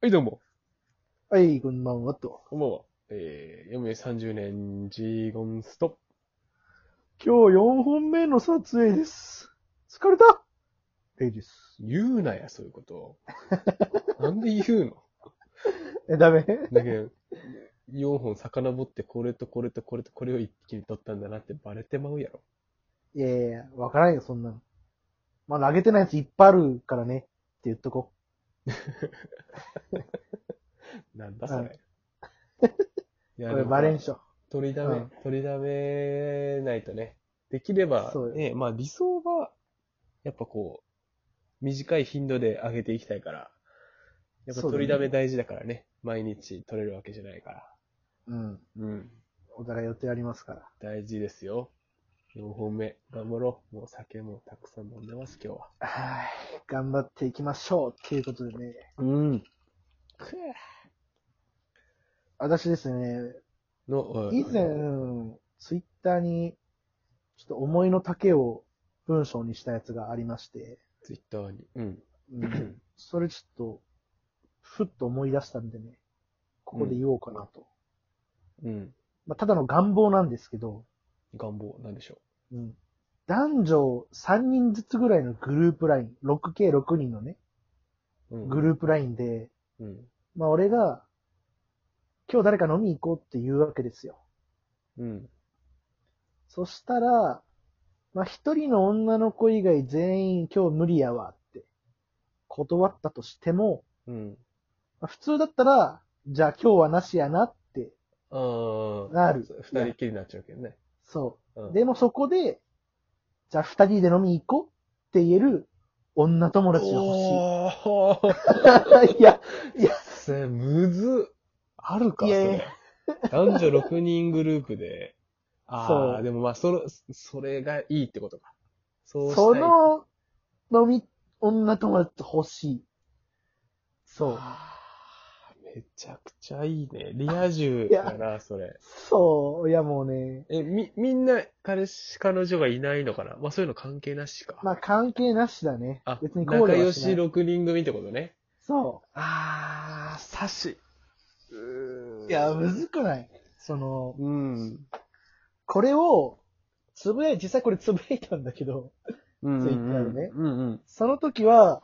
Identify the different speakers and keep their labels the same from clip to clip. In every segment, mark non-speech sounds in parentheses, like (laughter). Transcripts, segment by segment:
Speaker 1: はい、どうも。
Speaker 2: はい、こんばんはと。
Speaker 1: こんばんは。えー、嫁30年、ジーゴンストップ。
Speaker 2: 今日4本目の撮影です。疲れたレイです。
Speaker 1: 言うなや、そういう
Speaker 2: (laughs)
Speaker 1: こと。なんで言うの
Speaker 2: え、ダメ
Speaker 1: だけど、4本遡って、これとこれとこれとこれを一気に取ったんだなってバレてまうやろ。
Speaker 2: いやいや、わからんよ、そんなの。まあ、投げてないやついっぱいあるからね、って言っとこ
Speaker 1: なんだそ
Speaker 2: うん。
Speaker 1: れ。いうや
Speaker 2: これバレんしょ。
Speaker 1: 取りだ
Speaker 2: う
Speaker 1: め
Speaker 2: ん、
Speaker 1: 取りだめないとね。できれば
Speaker 2: そう、よ
Speaker 1: ね、まあ理想は、やっぱこう、短い頻度で上げていきたいから、やっぱ
Speaker 2: そうだね
Speaker 1: 取りだめ大事だからね。毎日取れるわけじゃないから。
Speaker 2: うん。
Speaker 1: うん。
Speaker 2: お互い予定ありますから。
Speaker 1: 大事ですよ。4本目、頑張ろう。もう酒もたくさん飲んでます、今日は。
Speaker 2: はい。頑張っていきましょうっていうことでね。
Speaker 1: うん。
Speaker 2: 私ですね、
Speaker 1: の、
Speaker 2: 以前、うんツイッターに、ちょっと思いの丈を文章にしたやつがありまして、
Speaker 1: ツイッターに。うん。
Speaker 2: うん、それちょっと、ふっと思い出したんでね、ここで言おうかなと。
Speaker 1: うん。
Speaker 2: まあ、ただの願望なんですけど、
Speaker 1: 願望、なんでしょ
Speaker 2: うん、男女3人ずつぐらいのグループライン、6K6 人のね、
Speaker 1: う。うん。
Speaker 2: グループラインで、
Speaker 1: うん。
Speaker 2: まあ俺が、今日誰か飲み行こうって言うわけですよ。
Speaker 1: うん。
Speaker 2: そしたら、まあ一人の女の子以外全員今日無理やわって、断ったとしても、
Speaker 1: うん。
Speaker 2: まあ、普通だったら、じゃあ今日はなしやなって、
Speaker 1: ああ。
Speaker 2: なる
Speaker 1: 二人っきりになっちゃうけどね。
Speaker 2: そう、
Speaker 1: うん
Speaker 2: でもそこで、じゃあ二人で飲みに行こうって言える女友達が
Speaker 1: おー
Speaker 2: 欲し (laughs) い。いや、
Speaker 1: それむずっ。あるか
Speaker 2: い
Speaker 1: そ
Speaker 2: やいや
Speaker 1: れ。男女6人グループ
Speaker 2: (laughs)
Speaker 1: で。あ
Speaker 2: そ
Speaker 1: あ、
Speaker 2: う
Speaker 1: でもまあ、その、それがいいってことか。そうしたい
Speaker 2: その飲み、女友達欲しい。そう。
Speaker 1: あーめちゃくちゃいいね。リア充
Speaker 2: いや
Speaker 1: だな、それ。
Speaker 2: そう、いやもうね、
Speaker 1: え、み、みんな、彼氏、彼女がいないのかなまあそういうの関係なしか。
Speaker 2: まあ関係なしだね。
Speaker 1: あ、
Speaker 2: 別に考
Speaker 1: 仲
Speaker 2: 慮
Speaker 1: 良
Speaker 2: は
Speaker 1: し
Speaker 2: しない。
Speaker 1: 6人組ってことね。
Speaker 2: そ
Speaker 1: ああ、さし。う
Speaker 2: う。いや、むずくないその、
Speaker 1: うん。
Speaker 2: これを、つぶやい、実際これつぶやいたんだけど、
Speaker 1: うんうんうん
Speaker 2: Twitter でね
Speaker 1: うんうん。
Speaker 2: その時は、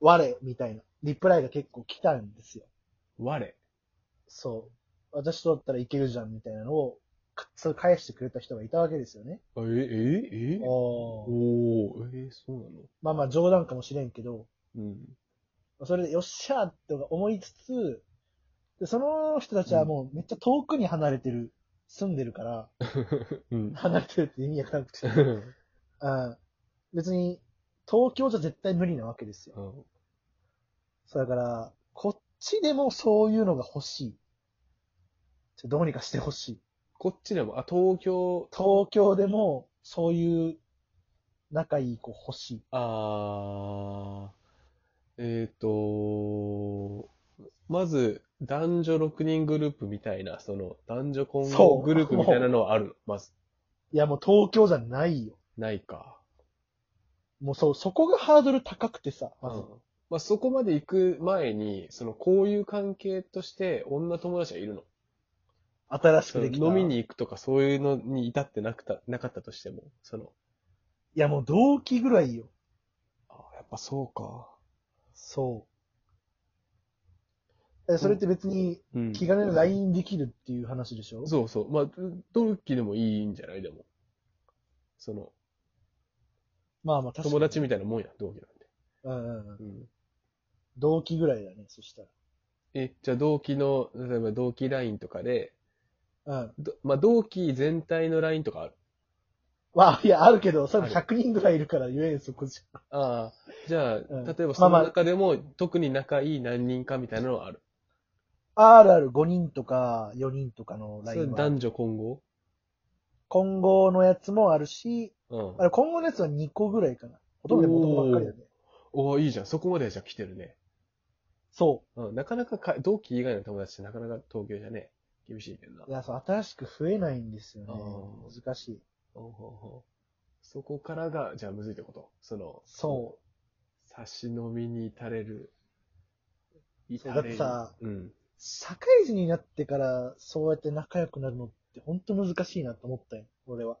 Speaker 2: 我、みたいな、リプライが結構来たんですよ。
Speaker 1: 我。
Speaker 2: そう。私とだったらいけるじゃん、みたいなのを、くそれ返してくれた人がいたわけですよね。
Speaker 1: え、え、え
Speaker 2: お
Speaker 1: おー、えー、そうなの
Speaker 2: まあまあ冗談かもしれんけど、
Speaker 1: うん。
Speaker 2: それでよっしゃーって思いつつ、でその人たちはもうめっちゃ遠くに離れてる、住んでるから、 (laughs)
Speaker 1: うん。
Speaker 2: 離れてるって意味が
Speaker 1: (laughs)
Speaker 2: なくて、うん、別に東京じゃ絶対無理なわけですよ。そうだから、こっちでもそういうのが欲しい。ちょどうにかしてほしい。
Speaker 1: こっちでも、あ、東京、
Speaker 2: 東京でもそういう仲いい子欲しい。
Speaker 1: あー、えっ、とまず、男女6人グループみたいな、その、男女混合グループみたいなのはあるのまず、
Speaker 2: いやもう東京じゃないよ。
Speaker 1: ないか。
Speaker 2: もうそう、そこがハードル高くてさ、まず。
Speaker 1: うんまあ、そこまで行く前に、その、こういう関係として、女友達はいるの
Speaker 2: 新し
Speaker 1: そ
Speaker 2: く
Speaker 1: の
Speaker 2: できた。
Speaker 1: 飲みに行くとか、そういうのに至ってなくた、なかったとしても、その、
Speaker 2: いや、もう同期ぐらいよ。
Speaker 1: あやっぱそうか。
Speaker 2: そう。え、それって別に
Speaker 1: うん
Speaker 2: 気軽に LINE できるっていう話でしょ、
Speaker 1: そうそう。まあ、同期でもいいんじゃないでも。その、
Speaker 2: まあまあ確かに。
Speaker 1: 友達みたいなもんや、同期なんて。
Speaker 2: うんうんうん。
Speaker 1: うん。
Speaker 2: 同期ぐらいだね、そした
Speaker 1: え、じゃあ同期の、例えば同期 LINE とかで、
Speaker 2: ら。うん。
Speaker 1: どまあ、同期全体の LINE とかある。
Speaker 2: まあ、いや、あるけど、それ
Speaker 1: ある
Speaker 2: 100人ぐらいいるから言えん、そこじゃ。
Speaker 1: ああ、じゃあ、
Speaker 2: ん
Speaker 1: 例えば
Speaker 2: ま
Speaker 1: そ
Speaker 2: あま
Speaker 1: の
Speaker 2: あ
Speaker 1: 中でも、特に仲いい何人かみたいなのはある。
Speaker 2: あるある、5人とか4人とかの
Speaker 1: それ
Speaker 2: LINE は。
Speaker 1: 男女混合
Speaker 2: 今後のやつもあるし、
Speaker 1: うん
Speaker 2: あ。れ、今後のやつは2個ぐらいかな。ほとんど元ばっかりだね。
Speaker 1: おーいいじゃん。そこまではじゃあ来てるね。
Speaker 2: そ
Speaker 1: うん。なかなかか、同期以外の友達ってなかなか東京じゃね、厳しいけどな
Speaker 2: う。い。や、そう、新しく増えないんですよね
Speaker 1: あー。
Speaker 2: 難しい。
Speaker 1: ほうほうほうそこからが、じゃあむずいってことその、
Speaker 2: そう。
Speaker 1: 差し飲みに至れる至
Speaker 2: そう
Speaker 1: れ
Speaker 2: だっ
Speaker 1: り
Speaker 2: てさ、
Speaker 1: うん。
Speaker 2: 社会人になってからそうやって仲良くなるのって本当難しいなと思ったよ、俺は。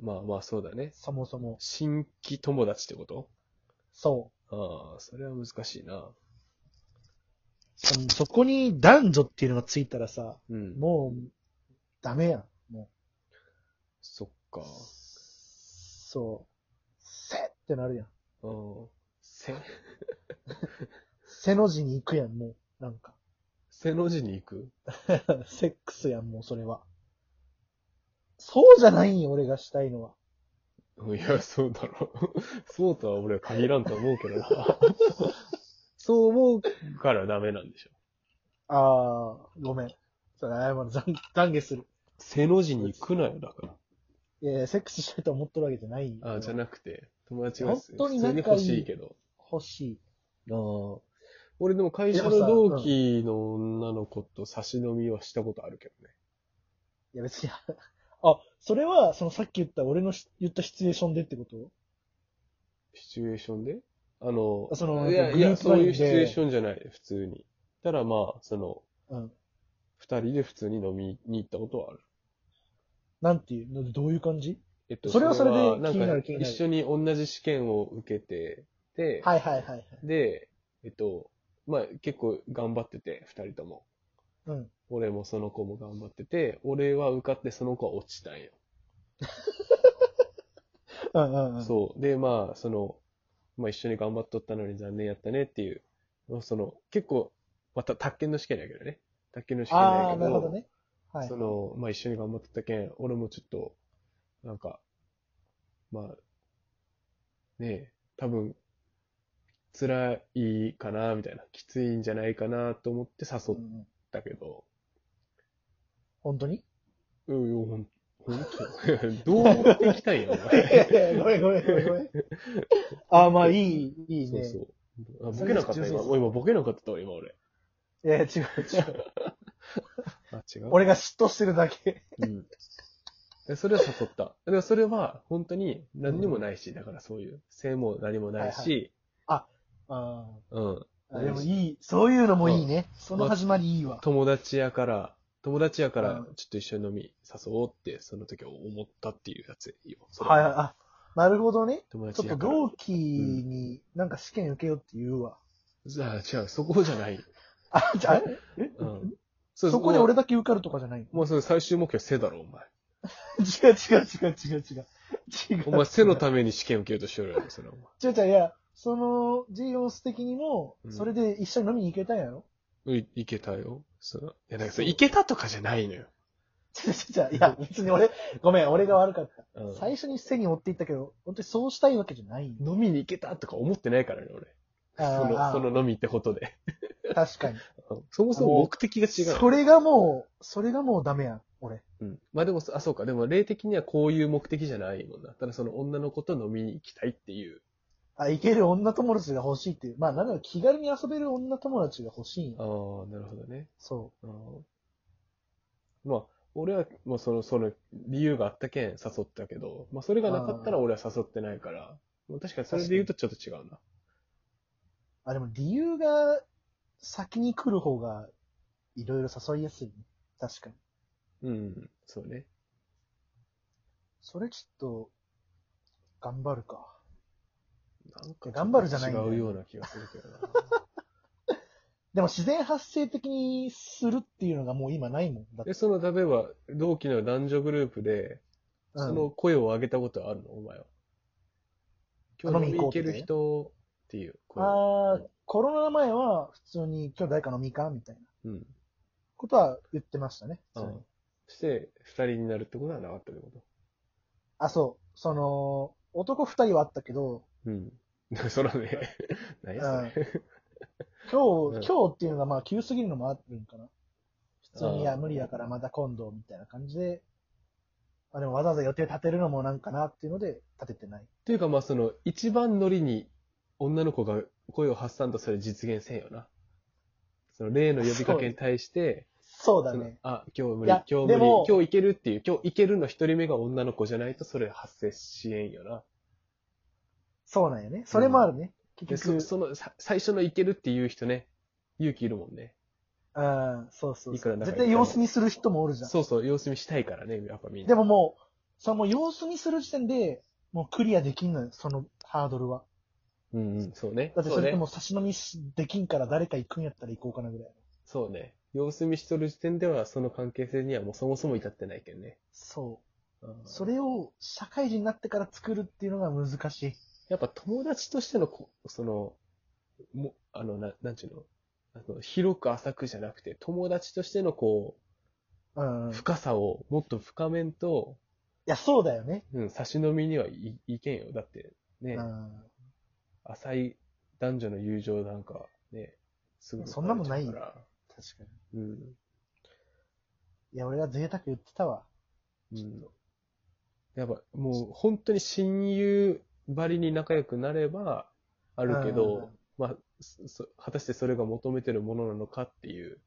Speaker 1: まあまあ、そうだね。
Speaker 2: そもそも。
Speaker 1: 新規友達ってこと
Speaker 2: そ
Speaker 1: ああ、それは難しいな。
Speaker 2: う。そのそこに男女っていうのがついたらさ、
Speaker 1: うん。
Speaker 2: もう、ダメやん。も
Speaker 1: そっか
Speaker 2: う。。そう。せってなるやん。
Speaker 1: うん。せ、
Speaker 2: 背の字に行くやん、もう。なんか。
Speaker 1: 背の字に行く
Speaker 2: (laughs) セックスやん、もうそれは。そうじゃないんよ、俺がしたいのは。
Speaker 1: うんいや、そうだろ (laughs) う。そうとは俺は限らんと思うけどな。そう思うからダメなんでしょ。
Speaker 2: あー、ごめん。それ謝る。懺懺悔する。
Speaker 1: 背の字に行くなよ、だか
Speaker 2: いやいやセックスしたいと思っとるわけじゃないんよ
Speaker 1: ら。ああ、じゃなくて、友達が
Speaker 2: 本当に
Speaker 1: 普通
Speaker 2: 仲
Speaker 1: に欲
Speaker 2: いい
Speaker 1: しいけど。
Speaker 2: 欲しい。
Speaker 1: ああ。俺でも会社の同期の女の子と差し飲みはしたことあるけどね。
Speaker 2: いや別に、 (laughs) あ、それは、そのさっき言った俺のし言ったシチュエーションでってこと
Speaker 1: シチュエーションであの、
Speaker 2: その
Speaker 1: いや、
Speaker 2: グ
Speaker 1: い
Speaker 2: ルー
Speaker 1: や、
Speaker 2: プラ
Speaker 1: そう
Speaker 2: イン
Speaker 1: い
Speaker 2: で
Speaker 1: うシチュエーションじゃない、普通に。ただまあ、その、
Speaker 2: うん。
Speaker 1: 二人で普通に飲みに行ったことはある。
Speaker 2: なんていうのどういう感じ
Speaker 1: えっと
Speaker 2: それはそれで気になる
Speaker 1: んか
Speaker 2: 気になる
Speaker 1: 一緒に同じ試験を受けて、で、
Speaker 2: はいはいはいはい。
Speaker 1: で、えっと、まあ結構頑張ってて、二人とも。
Speaker 2: うん。
Speaker 1: 俺もその子も頑張ってて、俺は受かってその子は落ちたんよ。
Speaker 2: うんうんうん。
Speaker 1: そう。で、まあ、その、まあ一緒に頑張っとったのに残念やったねっていう、まあその、結構、また卓研の試験だけどね。卓研の試験
Speaker 2: あ
Speaker 1: だけ
Speaker 2: ー、な
Speaker 1: ど、
Speaker 2: るほどね。はい
Speaker 1: そ。の、まあ一緒に頑張ってたけん、俺もちょっと、なんか、まあ、ねえ、多分、辛いかな、みたいな、きついんじゃないかな、と思って
Speaker 2: う
Speaker 1: 誘
Speaker 2: ん
Speaker 1: っ
Speaker 2: うん
Speaker 1: たけど、
Speaker 2: 本当に
Speaker 1: うん、うんほん、ほんと (laughs) どう思ってきたんや、 (laughs) お前。
Speaker 2: (laughs) ごめんごめんごめんごめん。あー、まあいい、いい
Speaker 1: そう
Speaker 2: ね。
Speaker 1: そう。あボケなかった、今。お今、ボケなかったわ、今、俺。
Speaker 2: いや、違う違う。
Speaker 1: あ、違う。
Speaker 2: 俺が嫉妬してるだけ。
Speaker 1: うん。でそれは誘った。でもそれは、本当に、何にもないし、だからそういう、性も何もないし、
Speaker 2: あ
Speaker 1: うん。
Speaker 2: ーあでもいい。そういうのもいいね。その始まりいいわ。
Speaker 1: 友達やから、友達やか
Speaker 2: う
Speaker 1: ら
Speaker 2: ん、
Speaker 1: ちょっと一緒に飲み誘おうって、その時思ったっていうやつよ。それ
Speaker 2: はいはい。あ、なるほどね。
Speaker 1: 友
Speaker 2: ちょ
Speaker 1: 達
Speaker 2: っと
Speaker 1: やから。
Speaker 2: 同期になんか試験受けようって言うわ。
Speaker 1: あ違う、そこじゃない。
Speaker 2: あ、じゃあ、え
Speaker 1: うん。そ
Speaker 2: そこで俺
Speaker 1: だ。
Speaker 2: だけ受かるとかじゃないの
Speaker 1: もうそれ最終目標背だろ、お前。
Speaker 2: 違う違う違う違う違う。違う。
Speaker 1: お前背のために試験受けようとしよるやろ、それお前。
Speaker 2: 違う違う、いや、その、ジーオンス的にも
Speaker 1: う、ん
Speaker 2: それで一緒に飲みに行けたんやろ、
Speaker 1: うんいいけたよ。そういや、なんかそれいけたとかじゃないのよ。
Speaker 2: 違う違う違う、いや、別に俺、ごめん、俺が悪かった。
Speaker 1: うん
Speaker 2: 最初に背に持っていったけど、本当にそうしたいわけじゃないんよ
Speaker 1: 飲みに行けたとか思ってないからね、俺。 (laughs) その、
Speaker 2: あー
Speaker 1: その飲みってことで。
Speaker 2: 確かに。
Speaker 1: うんそもそも目的が違う。
Speaker 2: それがもう、それがもうダメやん、俺。
Speaker 1: うん。まあでもそ、あ、そうか。でも、霊的にはこういう目的じゃないもんな。ただその女の子と飲みに行きたいっていう。
Speaker 2: あ、行ける女友達が欲しいっていう。まあ、なんだろ、気軽に遊べる女友達が欲しいん
Speaker 1: ああ
Speaker 2: よ。、
Speaker 1: なるほどね。
Speaker 2: そ
Speaker 1: あーまあ、俺は、まあその、その、理由があったけん誘ったけど、まあそれがなかったら俺は誘ってないから、まあ確かにそれで言うとちょっと違うな。
Speaker 2: う。あ、でも理由が先に来る方が、いろいろ誘いやすいね。確かに。
Speaker 1: うん、そうね。
Speaker 2: それちょっと、頑張るか。
Speaker 1: なんか、
Speaker 2: 頑張るじゃないんだよ
Speaker 1: 違うような気がするけどな。 (laughs)
Speaker 2: でも自然発生的にするっていうのがもう今ないもん。だって
Speaker 1: え、その、例えば、同期の男女グループで、その声を上げたことはあるのお前は。今日飲みに行ける人っていう
Speaker 2: うん
Speaker 1: 声。
Speaker 2: ああ、コロナ前は普通に今日誰か飲みかみたいな
Speaker 1: うん。
Speaker 2: ことは言ってましたね。
Speaker 1: う
Speaker 2: それ
Speaker 1: ん。して、二人になるってことはなかったってこと
Speaker 2: あ、そう。その、男二人はあったけど、
Speaker 1: うん。 (laughs) そらね、 (laughs) 何やそれ。
Speaker 2: 今
Speaker 1: うん
Speaker 2: 日、今日っていうのがまあ急すぎるのもあるんかな。普通
Speaker 1: あー
Speaker 2: に、いや、無理だからまた今度みたいな感じで、あでもわざわざ予定立てるのもなんかなっていうので立ててない。
Speaker 1: というかまあその、一番乗りに女の子が声を発散とそれ実現せんよな。その例の呼びかけに対して、
Speaker 2: そうだ
Speaker 1: その
Speaker 2: ね。
Speaker 1: あ、今日無理、今
Speaker 2: いや
Speaker 1: 日無
Speaker 2: で
Speaker 1: 理、今
Speaker 2: も
Speaker 1: 日行けるっていう、今日行けるの一人目が女の子じゃないとそれ発生しえんよな。
Speaker 2: そうなんよね。それもあるね。
Speaker 1: で、
Speaker 2: 結
Speaker 1: そ
Speaker 2: 局、
Speaker 1: その、さ最初の行けるっていう人ね、勇気いるもんね。
Speaker 2: うん、そうそう
Speaker 1: いく
Speaker 2: そ
Speaker 1: ら
Speaker 2: う。
Speaker 1: 仲いい
Speaker 2: 絶対様子見する人もおるじゃん。
Speaker 1: そうそう、様子見したいからね、やっぱみんな。
Speaker 2: でももう、そのもう様子見する時点で、もうクリアできんのよ、そのハードルは。
Speaker 1: うんうん、そうね。
Speaker 2: だってそれ
Speaker 1: ね
Speaker 2: ともう差し飲みしできんから誰か行くんやったら行こうかなぐらい。
Speaker 1: そうね。様子見しとる時点では、その関係性にはもうそもそも至ってないけどね。
Speaker 2: そう。
Speaker 1: うん
Speaker 2: それを社会人になってから作るっていうのが難しい。
Speaker 1: やっぱ友達としてのこ、その、も、あの、ななんちゅうのあの広く浅くじゃなくて、友達としてのこ
Speaker 2: うん。
Speaker 1: う、
Speaker 2: い
Speaker 1: 深さをもっと深めんと、
Speaker 2: や、そうだよね。
Speaker 1: うん、差し飲みにはい、いけんよ。だって、ね
Speaker 2: う、ん。
Speaker 1: 浅い男女の友情なんか、ね、すぐ
Speaker 2: そんなもんないよ
Speaker 1: 別れちゃうか
Speaker 2: 確かに。
Speaker 1: らうん。
Speaker 2: いや、俺は贅沢言ってたわ。
Speaker 1: うん。やっぱ、もう、本当に親友ばりに仲良くなれば、あるけ
Speaker 2: うん
Speaker 1: ど、まあ、そそ果たしてそれが求めてるものなのかっていう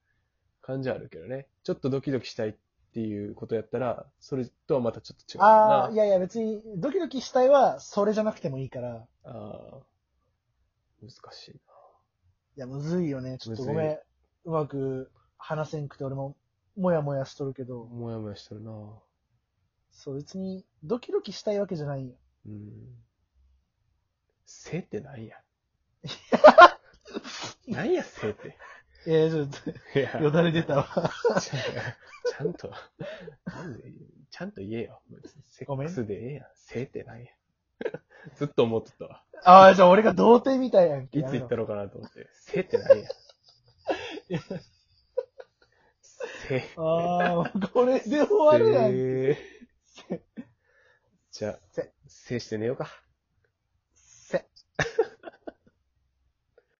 Speaker 1: 感じはあるけどね。ちょっとドキドキしたいっていうことやったら、それとはまたちょっと違うな。
Speaker 2: ああ、いやいや、別に、ドキドキしたいは、それじゃなくてもいいから。
Speaker 1: あー難しいな。
Speaker 2: いや、むずいよね。ちょっとごめ
Speaker 1: む
Speaker 2: ん。うまく話せんくて、俺も、もやもやしとるけど、
Speaker 1: もやもやしてるな。
Speaker 2: そう、別に、ドキドキしたいわけじゃないよ。
Speaker 1: うん。性ってなんや (laughs) なんや性って。
Speaker 2: えー、ちょっ
Speaker 1: いや
Speaker 2: と、 (laughs) よだれ出たわ。
Speaker 1: ちゃんちゃんと、なんでちゃんと言えよ。セ
Speaker 2: ご
Speaker 1: ッ
Speaker 2: めん
Speaker 1: クスでええやん。性ってなんや。ずっと思ってたわ。
Speaker 2: ああ、じゃあ俺が童貞みたいやんけ。
Speaker 1: いつ言った
Speaker 2: の
Speaker 1: のかなと思って。性ってなん (laughs) や。性。
Speaker 2: ああ、これで終わるやん。
Speaker 1: 性じゃあ
Speaker 2: せ、
Speaker 1: 性して寝ようか。
Speaker 2: せ。